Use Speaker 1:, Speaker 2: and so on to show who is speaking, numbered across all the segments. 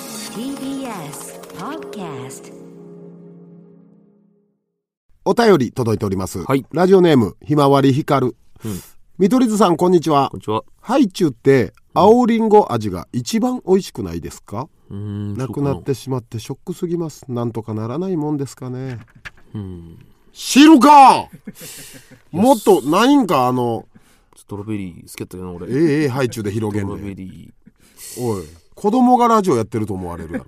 Speaker 1: TBS Podcast
Speaker 2: お便り届いております。
Speaker 3: はい
Speaker 2: ラジオネーム、ひまわりひかる。見取り図さん、こんにちは
Speaker 3: こん。にちは。
Speaker 2: ハイチュウって、青りんご味が一番美味しくないですか
Speaker 3: うーん
Speaker 2: なくなっ。てしまってショックすぎます。なんとかならないもんですかね。
Speaker 3: そううん。
Speaker 2: 知るか もっとないんかあの、
Speaker 3: ストロベリー好きやったけどな、俺。
Speaker 2: ええええハイチュウで広げ
Speaker 3: スト
Speaker 2: ん
Speaker 3: ロ
Speaker 2: ね
Speaker 3: ベ
Speaker 2: ん
Speaker 3: リー。
Speaker 2: おい、子供がラジオやってると思われるやろ。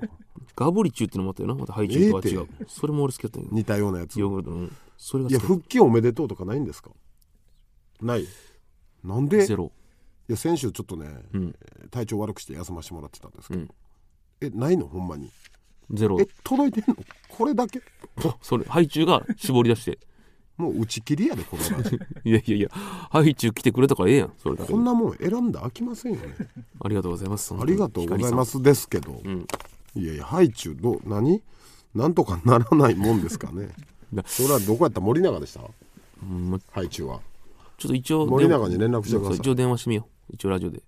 Speaker 3: ガブリチューってのもあったよな。またハイチュウとは違う。それも俺好きやったんやけど。
Speaker 2: 似たようなやつ。い
Speaker 3: ヨーグルトの。それが
Speaker 2: や、
Speaker 3: 好きやっ
Speaker 2: 復帰おめでとうとかないんですかない。なんで
Speaker 3: たゼロ。
Speaker 2: いや先週ちょっとね、
Speaker 3: うん
Speaker 2: 体調悪くして休ませてもらってたんですけ
Speaker 3: う
Speaker 2: ど、
Speaker 3: ん。
Speaker 2: えないのほんまに
Speaker 3: ゼロ
Speaker 2: え。届いてんのこれだけ
Speaker 3: それ、ハイチュウが絞り出して。
Speaker 2: もう打ち切りやでこのラジ
Speaker 3: いやいやいや、ハイチュウ来てくれたからええやん。それだ
Speaker 2: オ
Speaker 3: け
Speaker 2: こんなもん選んだ飽きませんよね
Speaker 3: ありがとうございます。。
Speaker 2: ありがとうございますすですけど、
Speaker 3: ん
Speaker 2: いやいやハイチュウどう何なんとかならないもんですかね
Speaker 3: な
Speaker 2: それはどこやった森永でした
Speaker 3: うんま
Speaker 2: ハイチュウは
Speaker 3: ちょっと一応。
Speaker 2: 森永に連絡してください
Speaker 3: そう一応電話してみよう。一応ラジオで。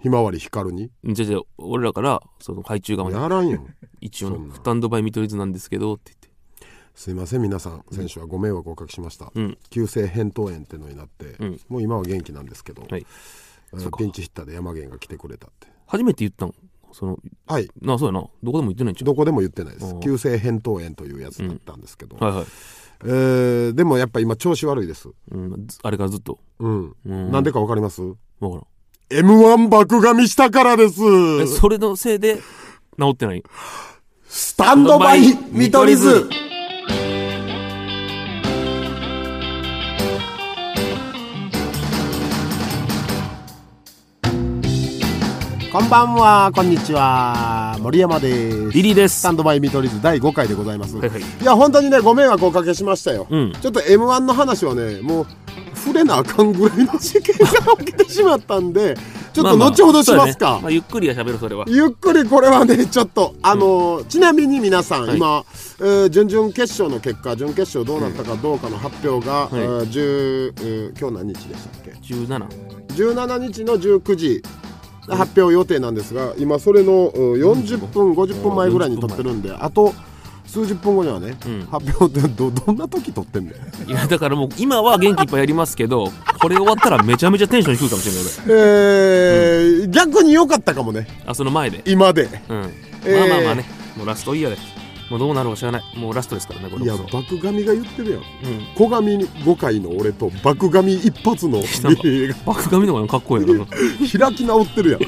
Speaker 2: ひまわり光に
Speaker 3: うんじゃあじゃあ俺らから、そのハイチュウがまで
Speaker 2: やらんよ
Speaker 3: 一応
Speaker 2: そん
Speaker 3: の
Speaker 2: な
Speaker 3: スタンドバイ見取り図なんですけどって
Speaker 2: すいません皆さん選手はご迷惑をおかけしました、
Speaker 3: うん
Speaker 2: 急性扁桃炎ってのになって、
Speaker 3: ん
Speaker 2: もう今は元気なんですけど、
Speaker 3: 言って。はい。
Speaker 2: えーピンチヒッターで山源が来てくれたって
Speaker 3: 初めて言ったんその
Speaker 2: はい
Speaker 3: なあそうやなどこでも言ってないんちゃ
Speaker 2: どこでも言ってないです
Speaker 3: うん
Speaker 2: 急性扁桃炎というやつだったんですけど、
Speaker 3: うはいはい、
Speaker 2: えーでもやっぱ今調子悪いです
Speaker 3: うん、ずあれからずっと
Speaker 2: うん
Speaker 3: うん
Speaker 2: なんでかわかります
Speaker 3: わからん
Speaker 2: m 1爆噛みしたからです
Speaker 3: えそれのせいで治ってない
Speaker 2: スタンドバイ見取り図こんばんはこんにちは森山です
Speaker 3: リリーで
Speaker 2: ス
Speaker 3: す
Speaker 2: タンドバイ見取り図第5回でございます、
Speaker 3: はいはい
Speaker 2: や本当にねご迷惑をおかけしましたよ、
Speaker 3: うん
Speaker 2: ちょっと m 1の話はねもう触れなあかんぐらいの事件が起きてしまったんでちょっと後ほどしますか、
Speaker 3: まあまあそうやねまあ、ゆっくりは喋るそれは
Speaker 2: ゆっくりこれはねちょっとあのーちなみに皆さん、
Speaker 3: はい
Speaker 2: 今、えー準々決勝の結果準決勝どうなったかどうかの発表が、
Speaker 3: い
Speaker 2: えー10えー今日何日でしたっけ
Speaker 3: 17
Speaker 2: 17日の19時発表予定なんですが今それのうん40分50分前ぐらいに撮ってるんであと数十分後にはね、
Speaker 3: うん
Speaker 2: 発表ってどどんな時撮ってんの、
Speaker 3: いやだからもう今は元気いっぱいやりますけどこれ終わったらめちゃめちゃテンション低いかもしれない
Speaker 2: えー逆に良かったかもね
Speaker 3: 俺あその前で
Speaker 2: 今で
Speaker 3: うん、
Speaker 2: えー
Speaker 3: まあまあまあねもうラストイヤーでもうどうなるか知らないもうラストですからねこ
Speaker 2: い
Speaker 3: れ
Speaker 2: や
Speaker 3: こそ
Speaker 2: 爆神が言ってるやん
Speaker 3: うん
Speaker 2: 小神5回の俺と爆神一発 の
Speaker 3: なんか
Speaker 2: リリーが
Speaker 3: 爆紙の方がかっこいいよな
Speaker 2: 開き直ってるやん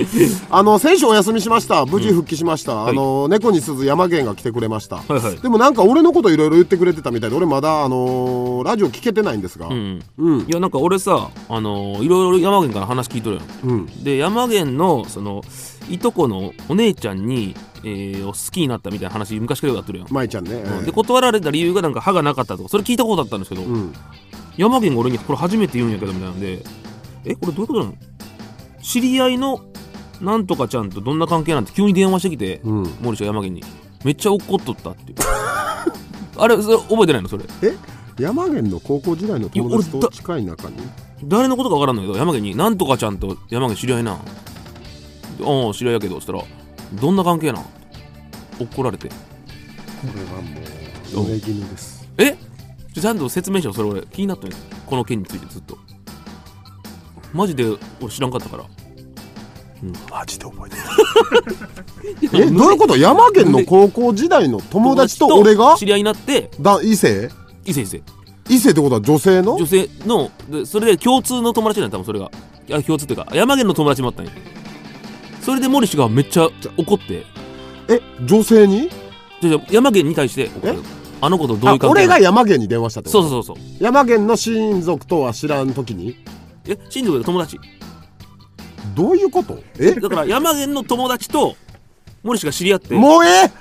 Speaker 2: あの選手お休みしました無事復帰しました、
Speaker 3: い
Speaker 2: あの猫に鈴山源が来てくれました、
Speaker 3: いはい
Speaker 2: でもなんか俺のこといろいろ言ってくれてたみたいで俺まだあのーラジオ聞けてないんですが
Speaker 3: う、ん
Speaker 2: うん
Speaker 3: いやなんか俺さあのーいろいろ山源から話聞いとるやん
Speaker 2: うん
Speaker 3: で山源のそのいとこのお姉ちゃんに、えー、を好きになったみたいな話昔からやってるやん、
Speaker 2: 舞ちゃんね、ええ
Speaker 3: で断られた理由がなんか歯がなかったとかそれ聞いたことあったんですけど、
Speaker 2: うん、
Speaker 3: 山源が俺にこれ初めて言うんやけどみたいなんでえこれどういうことなの知り合いのなんとかちゃんとどんな関係なんて急に電話してきて、
Speaker 2: うん、
Speaker 3: 森下山源にめっちゃ怒っとったっていう あれそれ覚えてないのそれ
Speaker 2: え山源の高校時代の友達と近い中に
Speaker 3: 誰のことか分からんのけど山毛に「なんとかちゃんと山毛知り合いなん」で「ああ知り合いやけど」っつったら「どんな関係なん?」怒られて
Speaker 2: これはもう胸気味です
Speaker 3: 「えちょちゃんと説明しろそれ俺気になったんやこの件についてずっとマジで俺知らんかったから
Speaker 2: マジで覚 えてないえどういうこと山源の高校時代の友達と俺が
Speaker 3: 知り合いになって
Speaker 2: だ異性
Speaker 3: 伊勢伊勢
Speaker 2: 異性ってことは女性の
Speaker 3: 女性のでそれで共通の友達なんや多分それがいや共通っていうか山毛の友達もあったんやそれで森氏がめっちゃ怒って
Speaker 2: え女性に
Speaker 3: じゃあじゃあ山毛に対して怒ったのあの子とどういう関係
Speaker 2: あ俺
Speaker 3: な
Speaker 2: が
Speaker 3: の
Speaker 2: 山源に電話したってこ
Speaker 3: そ
Speaker 2: と
Speaker 3: うそうそうそう
Speaker 2: 山源の親族とは知らん時に
Speaker 3: え新庄の友達
Speaker 2: どういうことえ
Speaker 3: だから山源の友達と森氏が知り合って
Speaker 2: もうええ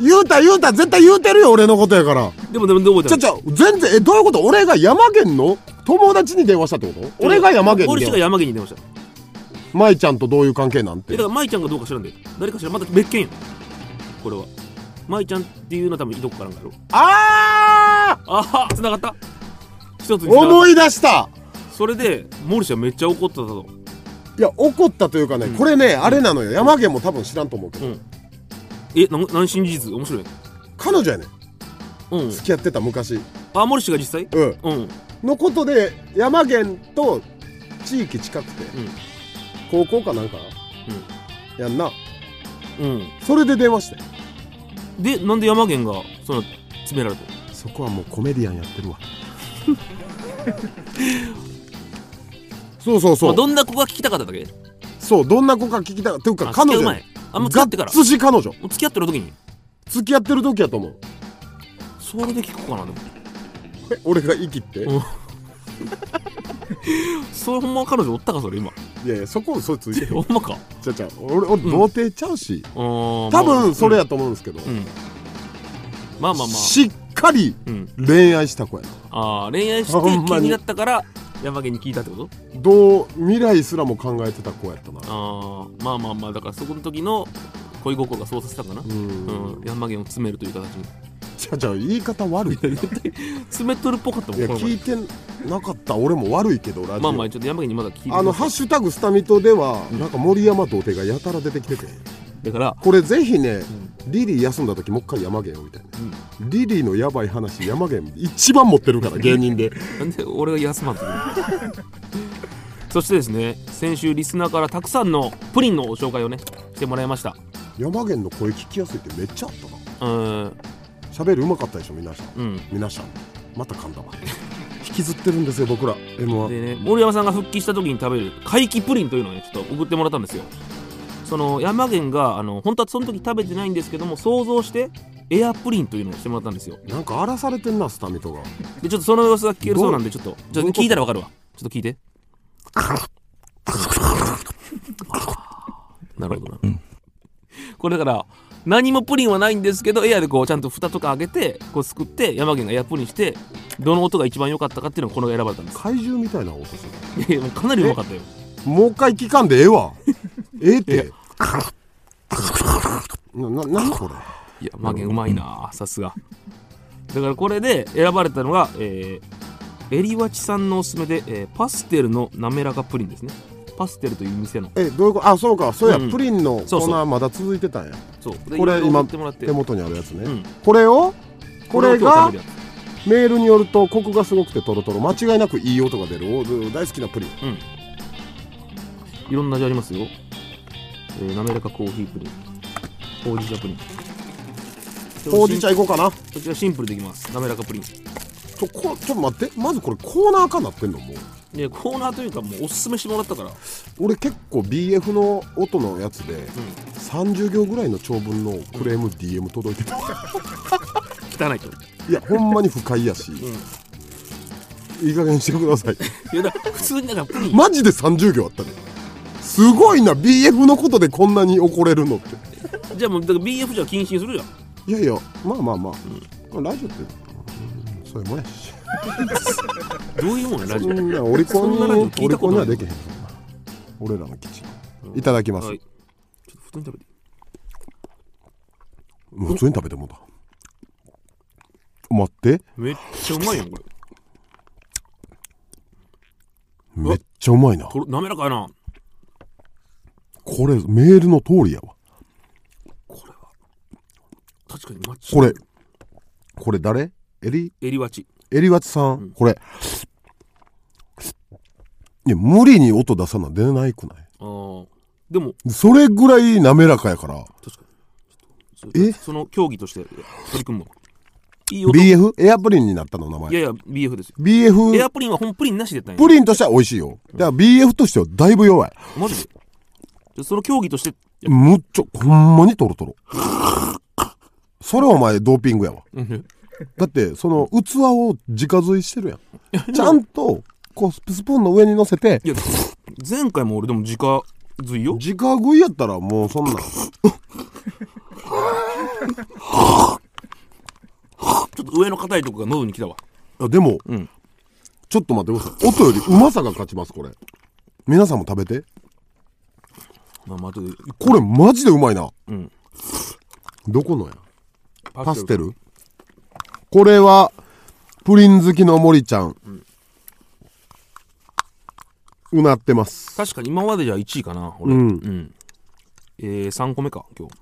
Speaker 2: 言うた言うた絶対言うてるよ俺のことやから
Speaker 3: でもでもでも
Speaker 2: ちゃちゃ全然えどういうこと俺が山源の友達に電話したってこと俺が山源
Speaker 3: 森
Speaker 2: に
Speaker 3: 氏
Speaker 2: 電話
Speaker 3: が山源に出ましたえ
Speaker 2: 舞ちゃんとどういう関係なん
Speaker 3: だ
Speaker 2: て
Speaker 3: から舞ちゃんがどうか知らんで誰か知らんまた別件やんこれは舞ちゃんっていうのは多分いとこからんかやろ
Speaker 2: あ
Speaker 3: あは繋がった一つ
Speaker 2: ー
Speaker 3: に繋がっ
Speaker 2: 思い出した
Speaker 3: たそれで森氏はめっちゃ怒ってたと
Speaker 2: いや怒ったというかね、これねあれなのよ山毛も多分知らんと思うけど、
Speaker 3: うんえなん何新事実面白い
Speaker 2: 彼女やねん
Speaker 3: うん
Speaker 2: 付き合ってた昔、
Speaker 3: あ森氏が実際
Speaker 2: うん、
Speaker 3: うんうん
Speaker 2: のことで山源と地域近くて、高校かなんかやんな
Speaker 3: うん
Speaker 2: それで電話して
Speaker 3: でなんで山源がその詰められたの
Speaker 2: そこはもうコメディアンやってるわ そうそう
Speaker 3: ま
Speaker 2: そ
Speaker 3: あ
Speaker 2: う、
Speaker 3: どんな子が聞きたかっただけ
Speaker 2: そうどんな子か聞きたかっていうか
Speaker 3: あ
Speaker 2: 彼
Speaker 3: 付き合
Speaker 2: 女や
Speaker 3: う前
Speaker 2: ね
Speaker 3: あんま付き合ってから
Speaker 2: がっつし彼女
Speaker 3: もう付き合ってる時に
Speaker 2: 付き合ってる時やと思う
Speaker 3: それで聞こうかなでも
Speaker 2: え俺が生きって、
Speaker 3: うんそれほんま彼女おったかそれ今
Speaker 2: いやいやそこ嘘ついてる
Speaker 3: ほんまか
Speaker 2: ちゃうちゃう俺俺童貞ちゃうし、
Speaker 3: 多
Speaker 2: 多分それやと思うんですけど、
Speaker 3: うんまあまあまあ
Speaker 2: しっかり
Speaker 3: うん
Speaker 2: 恋愛した子やな
Speaker 3: あー恋愛して
Speaker 2: ほん
Speaker 3: 気
Speaker 2: まに
Speaker 3: になったから山毛に聞いたってこと
Speaker 2: どう未来すらも考えてた子やったな
Speaker 3: あーまあまあまあだからそこの時の恋心がそうさせたんかな
Speaker 2: う
Speaker 3: うん
Speaker 2: ん
Speaker 3: 山毛を詰めるという形に
Speaker 2: じゃじゃ言い方悪いい
Speaker 3: 詰めとるっぽかったもん
Speaker 2: や
Speaker 3: この
Speaker 2: 聞
Speaker 3: 前
Speaker 2: いてなかった俺も悪いけどラジオ、
Speaker 3: まあまあちょっと山毛にまだ聞いて
Speaker 2: あの「
Speaker 3: ます
Speaker 2: ハッシュタグスタミト」ではなんか森山童貞がやたら出てきてて
Speaker 3: だから
Speaker 2: これぜひね、リリー休んだ時もう一回山源をみたいな、リリーのやばい話山源一番持ってる から芸人で
Speaker 3: なんで俺が休ま んといけないそしてですね先週リスナーからたくさんのプリンのご紹介をねしてもらいました
Speaker 2: 山源の声聞きやすいってめっちゃあったな
Speaker 3: うん
Speaker 2: 喋るうまかったでしょ皆さん
Speaker 3: うん
Speaker 2: 皆さんまた噛ん だわ引きずってるんですよ僕ら M は
Speaker 3: でね森山さんが復帰した時に食べる怪奇プリンというのをねちょっと送ってもらったんですよその山源があの本当はその時食べてないんですけども想像してエアプリンというのをしてもらったんですよ
Speaker 2: なんか荒らされてんなスタミトが
Speaker 3: でちょっとその様子が聞けるそうなんでちょっとちょっと聞いたらわかるわちょっと聞いて なるほどな、これだから何もプリンはないんですけどエアでこうちゃんと蓋とか開けてこうすくって山源がエアプリンしてどの音が一番良かったかっていうのがこの選ばれたんです
Speaker 2: 怪獣みたいな音する
Speaker 3: いやいやもうかなりうまかったよ
Speaker 2: もう一回聞かんでええ わええってなな何これ
Speaker 3: いや、マゲンうまいな、さすが。だからこれで選ばれたのが、えー、エリワチさんのおすすめで、えーパステルの滑らかプリンですね。パステルという店の。
Speaker 2: えどういうことあそうかそうや、
Speaker 3: うん
Speaker 2: プリンのコ
Speaker 3: そう
Speaker 2: ー
Speaker 3: そ
Speaker 2: ナーまだ続いてたんや
Speaker 3: そう。で
Speaker 2: これ
Speaker 3: いろいろ
Speaker 2: 今
Speaker 3: 送ってもらって
Speaker 2: 手元にあるやつね、
Speaker 3: うん
Speaker 2: これをこれが
Speaker 3: を今日食べるや
Speaker 2: メールによるとコクがすごくてトロトロ間違いなくいい音が出るお大好きなプリン
Speaker 3: ついろんな味ありますよ。えー、滑らかコーヒープリン。ほうじ茶プリン。
Speaker 2: ほうじ茶
Speaker 3: こ
Speaker 2: いこうかな
Speaker 3: ちらこちらシンプルでいきます。滑らかプリン。
Speaker 2: ちょこちょっと待ってまずこれコーナーかなってんのもう
Speaker 3: で、コーナーというか、もうおすすめしてもらったから。
Speaker 2: 俺結構 BF の音のやつで、30行ぐらいの長文のクレーム DM 届いてた、
Speaker 3: 汚いと。
Speaker 2: いやほんまに不快や し、いい加減にしてください
Speaker 3: いや、だから普通になんかプリン。
Speaker 2: マジで30行あったねすごいな BF のことでこんなに怒れるのって
Speaker 3: じゃあもう、だから BF じゃ禁止にするじゃん。
Speaker 2: いやいやまあまあまあ、ラジオってうんそういうもんやし
Speaker 3: どういうもんやラジ
Speaker 2: そ
Speaker 3: オ。
Speaker 2: んなオリコンに
Speaker 3: そんなラジオ
Speaker 2: オ
Speaker 3: 聞い
Speaker 2: リ
Speaker 3: たこ
Speaker 2: コンに
Speaker 3: とな
Speaker 2: はいできへんそんな俺らの基地いただきます、
Speaker 3: はい。ちょっと普
Speaker 2: も
Speaker 3: 通に食べて。
Speaker 2: う普通に食べてもうた待って
Speaker 3: めっちゃうまいやん、これ。
Speaker 2: めっちゃうまいな
Speaker 3: とろ滑らかやな。
Speaker 2: これメールの通りやわ
Speaker 3: 確かにマッチ。
Speaker 2: これこれ誰エリ
Speaker 3: エリワチ。
Speaker 2: エリワチさん、これいや無理に音出さな出ないくな
Speaker 3: あーでも、
Speaker 2: いそれぐらい滑らかやから
Speaker 3: 確かに。そ
Speaker 2: え
Speaker 3: その競技として取り組むの。いい音。い
Speaker 2: BF エアプリンになったの名前
Speaker 3: やいや、BF ですよ。エ
Speaker 2: BF
Speaker 3: アプリンは本プリンなしでやったんや
Speaker 2: プ。リンとしては美味しいよだから BF としてはだいぶ弱い
Speaker 3: マジで。でその競技として、いや
Speaker 2: むっちゃほんまにトロトロそれお前ドーピングやわだってその器を直吸いしてるやんちゃんとこうスプーンの上に乗せて
Speaker 3: いや、前回も俺でも直髄よ。
Speaker 2: 直食いやったらもうそんなん
Speaker 3: ちょっと上の硬いとこが喉に来たわ。
Speaker 2: あでも、
Speaker 3: ん
Speaker 2: ちょっと待ってください音よりうまさが勝ちますこれ皆さんも食べて
Speaker 3: まあまあ、後で。
Speaker 2: これマジでうまいな、
Speaker 3: ん
Speaker 2: どこのやパステ
Speaker 3: ル。
Speaker 2: ルこれはプリン好きの森ちゃん、うなってます
Speaker 3: 確かに今までじゃ1位かな俺
Speaker 2: うん
Speaker 3: えー、3個目か今日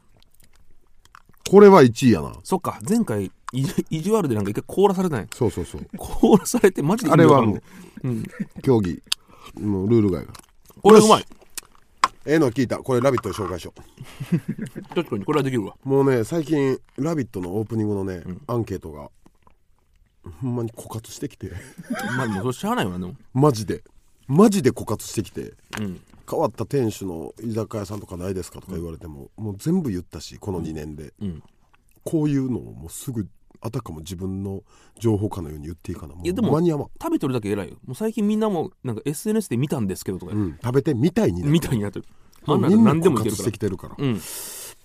Speaker 2: これは1位やな
Speaker 3: そっか前回いじ意地悪でなんか一回凍らされたんや
Speaker 2: そうそうそう
Speaker 3: 凍らされてマジで
Speaker 2: あれはも
Speaker 3: う
Speaker 2: う、競技のルール外が
Speaker 3: これうまい
Speaker 2: ええの聞いたこれ「ラビット!」で紹介しよ
Speaker 3: 確かにこれはできるわ
Speaker 2: うもうね最近「ラビット!」のオープニングのね、アンケートがほんまに枯渇してきて
Speaker 3: まあでもそれしゃあないわでも
Speaker 2: マジでマジで枯渇してきて
Speaker 3: うん
Speaker 2: 変わった店主の居酒屋さんとかないですかとか言われても、もう全部言ったしこの2年で、
Speaker 3: ん
Speaker 2: こういうのをもうすぐあたかも自分の情報かのように言っていいかなもう
Speaker 3: いやでも
Speaker 2: 間に合わん、
Speaker 3: 食べてるだけ偉いよもう最近みんなもなんか SNS で見たんですけどとか、
Speaker 2: うん、食べてみたいにな
Speaker 3: みたいになってるあ
Speaker 2: も
Speaker 3: ん
Speaker 2: う
Speaker 3: な
Speaker 2: み
Speaker 3: の
Speaker 2: んな
Speaker 3: 何で
Speaker 2: 枯
Speaker 3: もい
Speaker 2: 渇
Speaker 3: けるか
Speaker 2: し
Speaker 3: ら
Speaker 2: てきてるから
Speaker 3: うん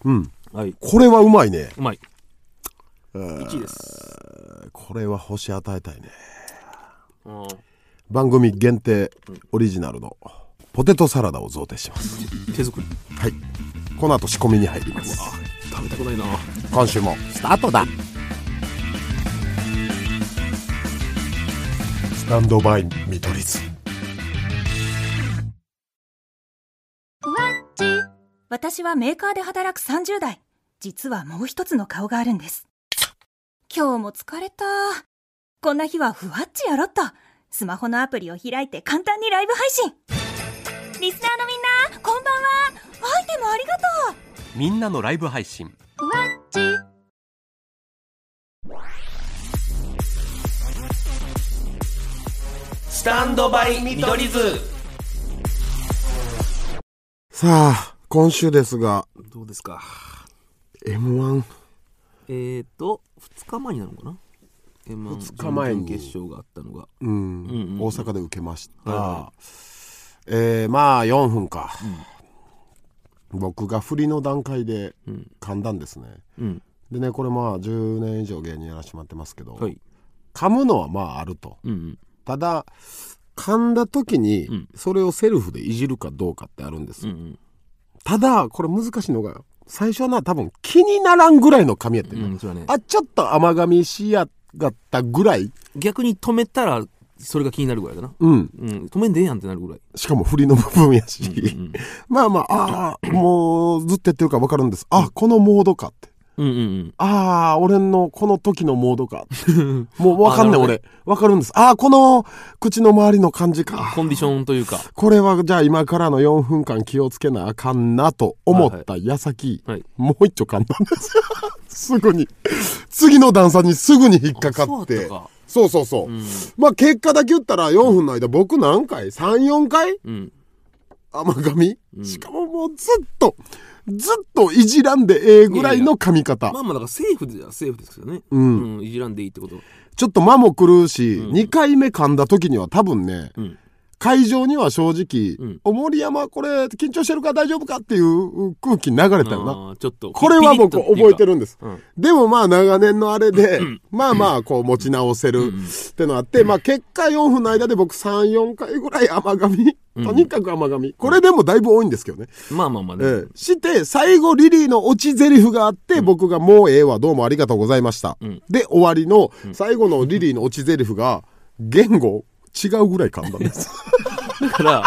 Speaker 2: うん
Speaker 3: はい
Speaker 2: これはうまいね
Speaker 3: うまい
Speaker 2: うん
Speaker 3: 1位です
Speaker 2: これは星与えたいね
Speaker 3: あー
Speaker 2: 番組限定オリジナルのポテトサラダを贈呈します
Speaker 3: 手作り
Speaker 2: はいこの後仕込みに入ります
Speaker 3: 食べたくないな
Speaker 2: 今週もスタートだスタンドバイ見取り図
Speaker 4: 私はメーカーで働く30代。実はもう一つの顔があるんです。今日も疲れた。こんな日はふわっちやろっと。スマホのアプリを開いて簡単にライブ配信。リスナーのみんな、こんばんは。アイテムありがとう。
Speaker 5: みんなのライブ配信
Speaker 3: スタンドバイ見取り図
Speaker 2: さあ今週ですが
Speaker 3: どうですか
Speaker 2: m 1
Speaker 3: えーと2日前になるのかな
Speaker 2: 二日前に
Speaker 3: 決勝があったのが
Speaker 2: うん
Speaker 3: うんうん
Speaker 2: 大阪で受けました、
Speaker 3: は
Speaker 2: えーまあ4分か、僕が振りの段階で噛んだんですね、
Speaker 3: うん
Speaker 2: でねこれまあ10年以上芸人やらしてもらってますけど、
Speaker 3: はい
Speaker 2: 噛むのはまああると
Speaker 3: うんうん
Speaker 2: ただ噛んだ時に
Speaker 3: ん
Speaker 2: それをセルフでいじるかどうかってあるんです
Speaker 3: うんう
Speaker 2: よ、
Speaker 3: ん
Speaker 2: ただこれ難しいのが最初はな多分気にならんぐらいの噛みやってる、
Speaker 3: うんそうだね
Speaker 2: あちょっと甘噛みしやがったぐらい、
Speaker 3: 逆に止めたらそれが気になるぐらいだな
Speaker 2: うん、
Speaker 3: うん止めんでええやんってなるぐらい
Speaker 2: しかも振りの部分やし、
Speaker 3: うん
Speaker 2: まあまあ、ああ、もうずっとやってるから分かるんです。あ、このモードかって。
Speaker 3: うんうん
Speaker 2: ああ、俺のこの時のモードかって。 もう分かんない
Speaker 3: あなる
Speaker 2: 俺。分かるんです。ああ、この口の周りの感じ
Speaker 3: うん
Speaker 2: か。
Speaker 3: コンディションというか
Speaker 2: これはじゃあ今からの4分間気をつけなあかんなと思った矢先、
Speaker 3: はい
Speaker 2: もう一丁簡単です。 すぐに。次の段差にすぐに引っかかっ
Speaker 3: あそうだ
Speaker 2: て
Speaker 3: ったか。
Speaker 2: そうそうそう。
Speaker 3: うん
Speaker 2: まあ結果だけ言ったら4分の間僕何回 ?3、4回
Speaker 3: うん
Speaker 2: 甘噛み、しかももうずっと、ずっといじらんでええぐらいの噛み方。
Speaker 3: まあまあだからセーフではセーフですよね
Speaker 2: ん
Speaker 3: うんいじらんでいいってこと
Speaker 2: ちょっと間も狂うし、2回目噛んだ時には多分ね、
Speaker 3: ん
Speaker 2: 会場には正直、
Speaker 3: うん
Speaker 2: お森山これ緊張してるから大丈夫かっていう空気流れたよな。
Speaker 3: あーちょっと
Speaker 2: これは僕覚えてるんです。
Speaker 3: うん
Speaker 2: でもまあ長年のあれで、 まあまあこう持ち直せるってのあって、まあ結果4分の間で僕3、4回ぐらい甘噛み、とにかく甘噛み。これでもだいぶ多いんですけどね。
Speaker 3: まあまあまあね
Speaker 2: ええして最後リリーの落ち台詞があって、僕が「もうええわどうもありがとうございました」
Speaker 3: ん
Speaker 2: で終わりの最後のリリーの落ち台詞が言語違うぐらい噛んだん です
Speaker 3: だから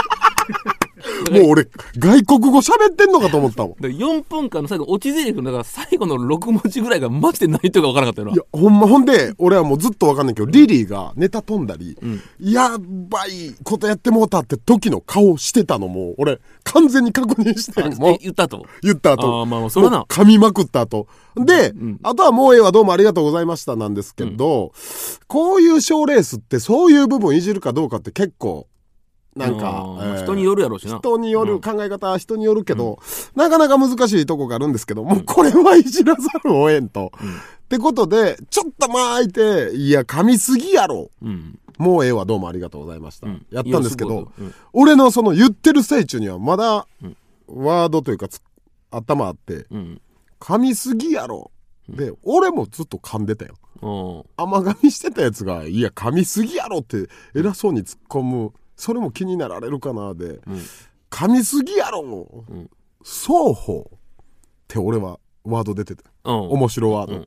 Speaker 2: もう俺外国語喋ってんのかと思ったもん
Speaker 3: だから4分間の最後落ちゼリフのだから最後の6文字ぐらいがマジで何言ってるか分からなかったよない
Speaker 2: やほんまほんで俺はもうずっと分かんないけどリリーがネタ飛んだり、やばいことやってもうたって時の顔してたのも俺完全に確認して
Speaker 3: あ
Speaker 2: んもう
Speaker 3: え言ったと
Speaker 2: 言った後。
Speaker 3: あーまあそれはな
Speaker 2: もう噛みまくった後。で、あとはもうええわどうもありがとうございましたなんですけど、こういう賞ーレースってそういう部分いじるかどうかって結構、なんか、
Speaker 3: あーまあ
Speaker 2: えー
Speaker 3: 人によるやろうしな
Speaker 2: 人による、考え方は人によるけど、なかなか難しいとこがあるんですけど、もうこれはいじらざるを得んと。ってことで、ちょっと間空いて、いや、噛みすぎやろ。
Speaker 3: うん
Speaker 2: もうええわどうもありがとうございました、
Speaker 3: ん
Speaker 2: やったんですけ
Speaker 3: いや
Speaker 2: ど、
Speaker 3: すごいうん
Speaker 2: 俺のその言ってる最中にはまだワードというかつ頭あって
Speaker 3: うん
Speaker 2: 噛みすぎやろで俺もずっと噛んでたよ
Speaker 3: うん
Speaker 2: 甘噛みしてたやつが「いや噛みすぎやろ」って偉そうに突っ込むそれも気になられるかなで「噛みすぎやろ」
Speaker 3: ん
Speaker 2: 双方」って俺はワード出てた
Speaker 3: うん
Speaker 2: 面白ワード、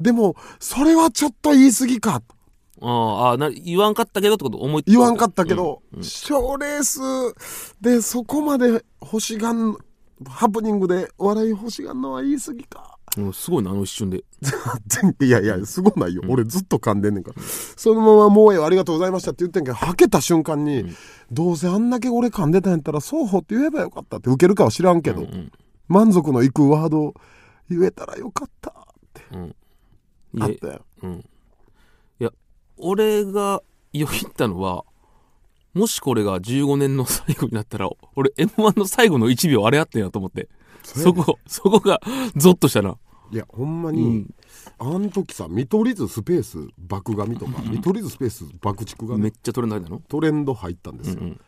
Speaker 2: でもそれはちょっと言い過ぎか
Speaker 3: あーあーな言わんかったけどってこと思い
Speaker 2: 言わんかったけど
Speaker 3: うんう、ん
Speaker 2: 賞、レースでそこまで欲しがん、ハプニングで笑い欲しがんのは言い過ぎか。
Speaker 3: うんすごいなあの一瞬で
Speaker 2: 全いやいや、すごないよ。俺ずっと噛んでんねんから。そのままもうええありがとうございましたって言ってんけど、はけた瞬間に、どうせあんだけ俺噛んでたんやったら、双方って言えばよかったって受けるかは知らんけど、
Speaker 3: うん
Speaker 2: 満足のいくワード言えたらよかったって
Speaker 3: うん
Speaker 2: あっ
Speaker 3: いえ
Speaker 2: たよ。
Speaker 3: うんいや俺がよぎったのはもしこれが15年の最後になったら俺 m 1の最後の1秒あれやってんやと思ってそこそこがゾッとしたない
Speaker 2: や、ほんま
Speaker 3: う
Speaker 2: に
Speaker 3: ん、
Speaker 2: あん時さ、見取り図スペース爆紙とか、見取り図スペース爆竹がね
Speaker 3: めっちゃトレンド入ったの
Speaker 2: トレンド入ったんですよ。
Speaker 3: うんうん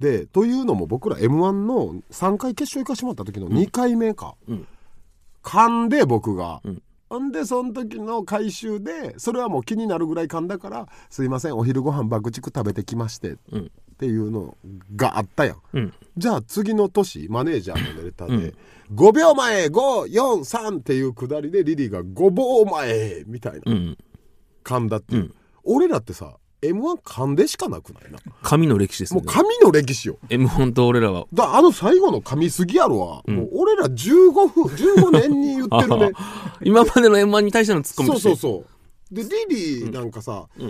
Speaker 2: でというのも僕ら m 1の3回決勝行かしてもらった時の2回目か、
Speaker 3: うん
Speaker 2: 噛んで僕が、
Speaker 3: うん
Speaker 2: ほんでその時の回収でそれはもう気になるぐらい噛んだから「すいませんお昼ご飯爆竹食べてきまして」
Speaker 3: うん
Speaker 2: っていうのがあったやん。
Speaker 3: うん
Speaker 2: じゃあ次の年マネージャーのネタで「5秒前543」っていうくだりでリリーが「5秒前」みたいな
Speaker 3: うん
Speaker 2: 噛んだっていう、俺らってさ m 1噛んでしかなくないな
Speaker 3: 神の歴史です
Speaker 2: も
Speaker 3: ね
Speaker 2: う神の歴史よ
Speaker 3: m 1と俺らは
Speaker 2: だあの最後の噛みすぎやろは、もう俺ら15分15年に言ってるね
Speaker 3: 今までの円満に対してのツッコミ
Speaker 2: そ
Speaker 3: と
Speaker 2: う
Speaker 3: して
Speaker 2: そうそうでリリーなんかさ、
Speaker 3: ん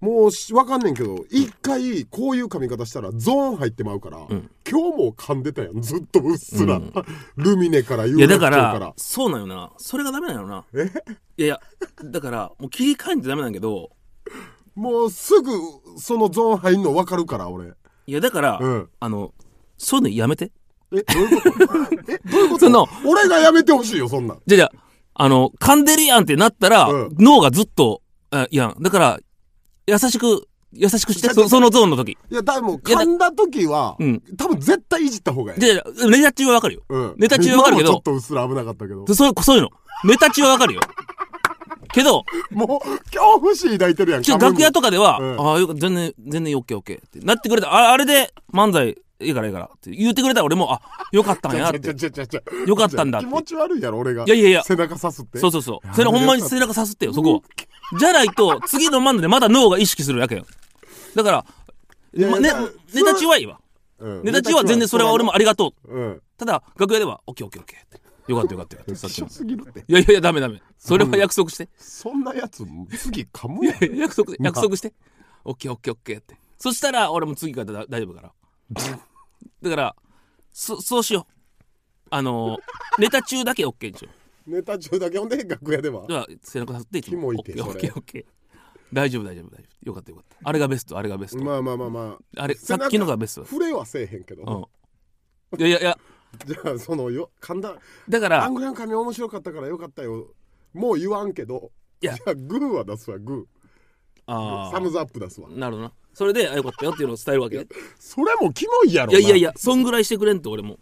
Speaker 2: もうしわかんねんけど一回こういう髪型したらゾーン入ってまうから、
Speaker 3: ん
Speaker 2: 今日も噛んでたやんずっとうっすら、ルミネから有
Speaker 3: いやだ
Speaker 2: 楽町
Speaker 3: か
Speaker 2: からら
Speaker 3: そうなんよなそれがダメなのなえいやいやだからもう切り替えんとダメなんやけど
Speaker 2: もうすぐそのゾーン入んの分かるから俺
Speaker 3: いやだから、
Speaker 2: うん
Speaker 3: あのそういうのやめて
Speaker 2: えどういうことえどういうこと
Speaker 3: その
Speaker 2: 俺がやめてほしいよそんなん
Speaker 3: じゃあじゃああの噛んでるやんってなったら、
Speaker 2: うん
Speaker 3: 脳がずっとあいやだから優しく優しくして
Speaker 2: ちょっと
Speaker 3: そそのゾーンの時
Speaker 2: いや多分噛んだ時は、
Speaker 3: うん
Speaker 2: 多分絶対いじった方がいい
Speaker 3: じゃあネタ中はわかるよ、
Speaker 2: うん
Speaker 3: ネタ中はわかるけ
Speaker 2: 今もちょっ
Speaker 3: ど
Speaker 2: とうっすら危なかったけど。
Speaker 3: そうそういうのネタ中はわかるよけど
Speaker 2: もう、恐怖心抱いてるやん。
Speaker 3: ちょ楽屋と
Speaker 2: か。
Speaker 3: かでは、
Speaker 2: うん
Speaker 3: ああよか全然全然オッケーオッケーってなってくれたああれで漫才いいからいいからって言ってくれたら俺もあよかったん
Speaker 2: ち
Speaker 3: やっ
Speaker 2: ゃち
Speaker 3: て
Speaker 2: ゃちゃちゃちゃ
Speaker 3: よかったんだっ
Speaker 2: 気
Speaker 3: て
Speaker 2: 持ち悪いやろ、俺が。
Speaker 3: いやいやいや
Speaker 2: 背中さすって。
Speaker 3: そうそうそうそれほんまに背中さすってよそこはじゃないと次の漫才でまだ脳が意識するわけよだから
Speaker 2: いやいや
Speaker 3: まね
Speaker 2: だから
Speaker 3: ネタ中はいいわ
Speaker 2: うん。
Speaker 3: ネタ中は全然それは俺もありがとう
Speaker 2: うん。
Speaker 3: ただ楽屋ではオッケーオッケーオッケーってよかったよかったよかったさっ き
Speaker 2: 一緒
Speaker 3: の
Speaker 2: すぎるって。
Speaker 3: いやいやいやダメダメそれは約束して
Speaker 2: そんなやつ、次噛むやん。
Speaker 3: 約束して約束してオッケーオッケーオッケーってそしたら俺も次からだ大丈夫から だからそそうしようあのーネタ中だけオッケーにしよ
Speaker 2: ネタ中だけ、ほんで楽屋では
Speaker 3: うで。は背中さっていつも
Speaker 2: キモ
Speaker 3: オ
Speaker 2: い
Speaker 3: ッ
Speaker 2: て
Speaker 3: ケーオ
Speaker 2: そ
Speaker 3: ッ
Speaker 2: れ
Speaker 3: ケーオッケー大丈夫大丈夫大丈夫よかったよかったあれがベストあれがベスト、
Speaker 2: まあまあまあまあ。
Speaker 3: あれ
Speaker 2: 背
Speaker 3: さ
Speaker 2: 中
Speaker 3: っきのがベスト
Speaker 2: 触れはせえへんけど。
Speaker 3: うんいやいやいや
Speaker 2: じゃあ、そのよ、噛んだ、
Speaker 3: だか
Speaker 2: ア
Speaker 3: ら
Speaker 2: ングラン髪面白かったからよかったよ。もう言わんけど。
Speaker 3: い
Speaker 2: じ
Speaker 3: や
Speaker 2: ゃあ、グーは出すわ、グ
Speaker 3: あ
Speaker 2: ー。
Speaker 3: ー
Speaker 2: サムズアップ出すわ。
Speaker 3: なるほどなそれであよかったよっていうのを伝えるわけね
Speaker 2: それもキモいやろ。
Speaker 3: いやいやいやそんぐらいしてくれんと俺も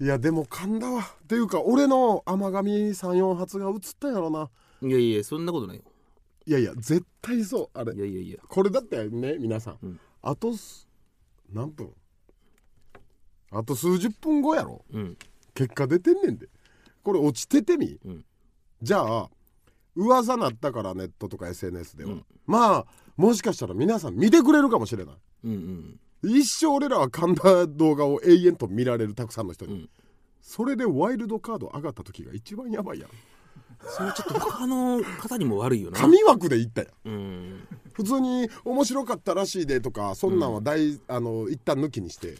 Speaker 2: いやでも噛んだわっていうか俺の甘髪34発が映ったやろない
Speaker 3: やいやそんなことないよ
Speaker 2: いやいや絶対そうあれ
Speaker 3: いやいやいや
Speaker 2: これだってね皆さん、
Speaker 3: うん
Speaker 2: あとす何分あと数十分後やろ
Speaker 3: うん
Speaker 2: 結果出てんねんでこれ落ちててみ、
Speaker 3: うん
Speaker 2: じゃあ噂なったからネットとか SNS では、
Speaker 3: うん
Speaker 2: まあもしかしたら皆さん見てくれるかもしれない
Speaker 3: うんうん
Speaker 2: 一生俺らは噛んだ動画を永遠と見られるたくさんの人に、
Speaker 3: うん
Speaker 2: それでワイルドカード上がった時が一番やばいやん
Speaker 3: それちょっと他の方にも悪いよな
Speaker 2: 神枠で言ったやん
Speaker 3: うん
Speaker 2: 普通に面白かったらしいでとかそんなんは大、あの一旦抜きにして、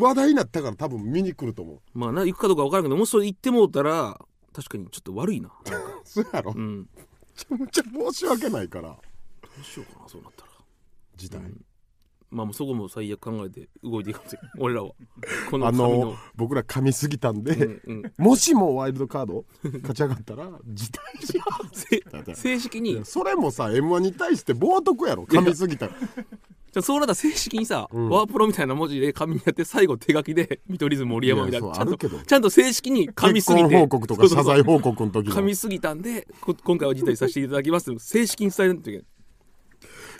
Speaker 2: 話題になったから多分見に来ると思う
Speaker 3: まあな行くかどうか分からんけどもしそれ行ってもうたら確かにちょっと悪いな
Speaker 2: そうやろ、
Speaker 3: う
Speaker 2: め
Speaker 3: ん
Speaker 2: ちゃめちゃ申し訳ないから
Speaker 3: どうしようかなそうなったら
Speaker 2: 時代、
Speaker 3: まあもうそこも最悪考えて動いていかんせ俺らはこの
Speaker 2: あ
Speaker 3: 髪
Speaker 2: の
Speaker 3: の
Speaker 2: 僕ら噛みすぎたんで、
Speaker 3: うんうん
Speaker 2: もしもワイルドカード勝ち上がったら時代じ
Speaker 3: せ正式 に
Speaker 2: ゃんそれもさ m 1に対して冒涜やろ噛みすぎたら
Speaker 3: じゃあそうなったら正式にさ、ワープロみたいな文字で紙にやって最後手書きで 見取り図森山みたい
Speaker 2: い
Speaker 3: な
Speaker 2: や
Speaker 3: ち
Speaker 2: そ
Speaker 3: ゃ
Speaker 2: うあ
Speaker 3: ん
Speaker 2: る
Speaker 3: と
Speaker 2: けど
Speaker 3: ちゃんと正式に紙すぎて
Speaker 2: 結婚報告とか謝罪報告の時の
Speaker 3: 噛みすぎたんでこ今回は辞退させていただきます正式に伝えないといけない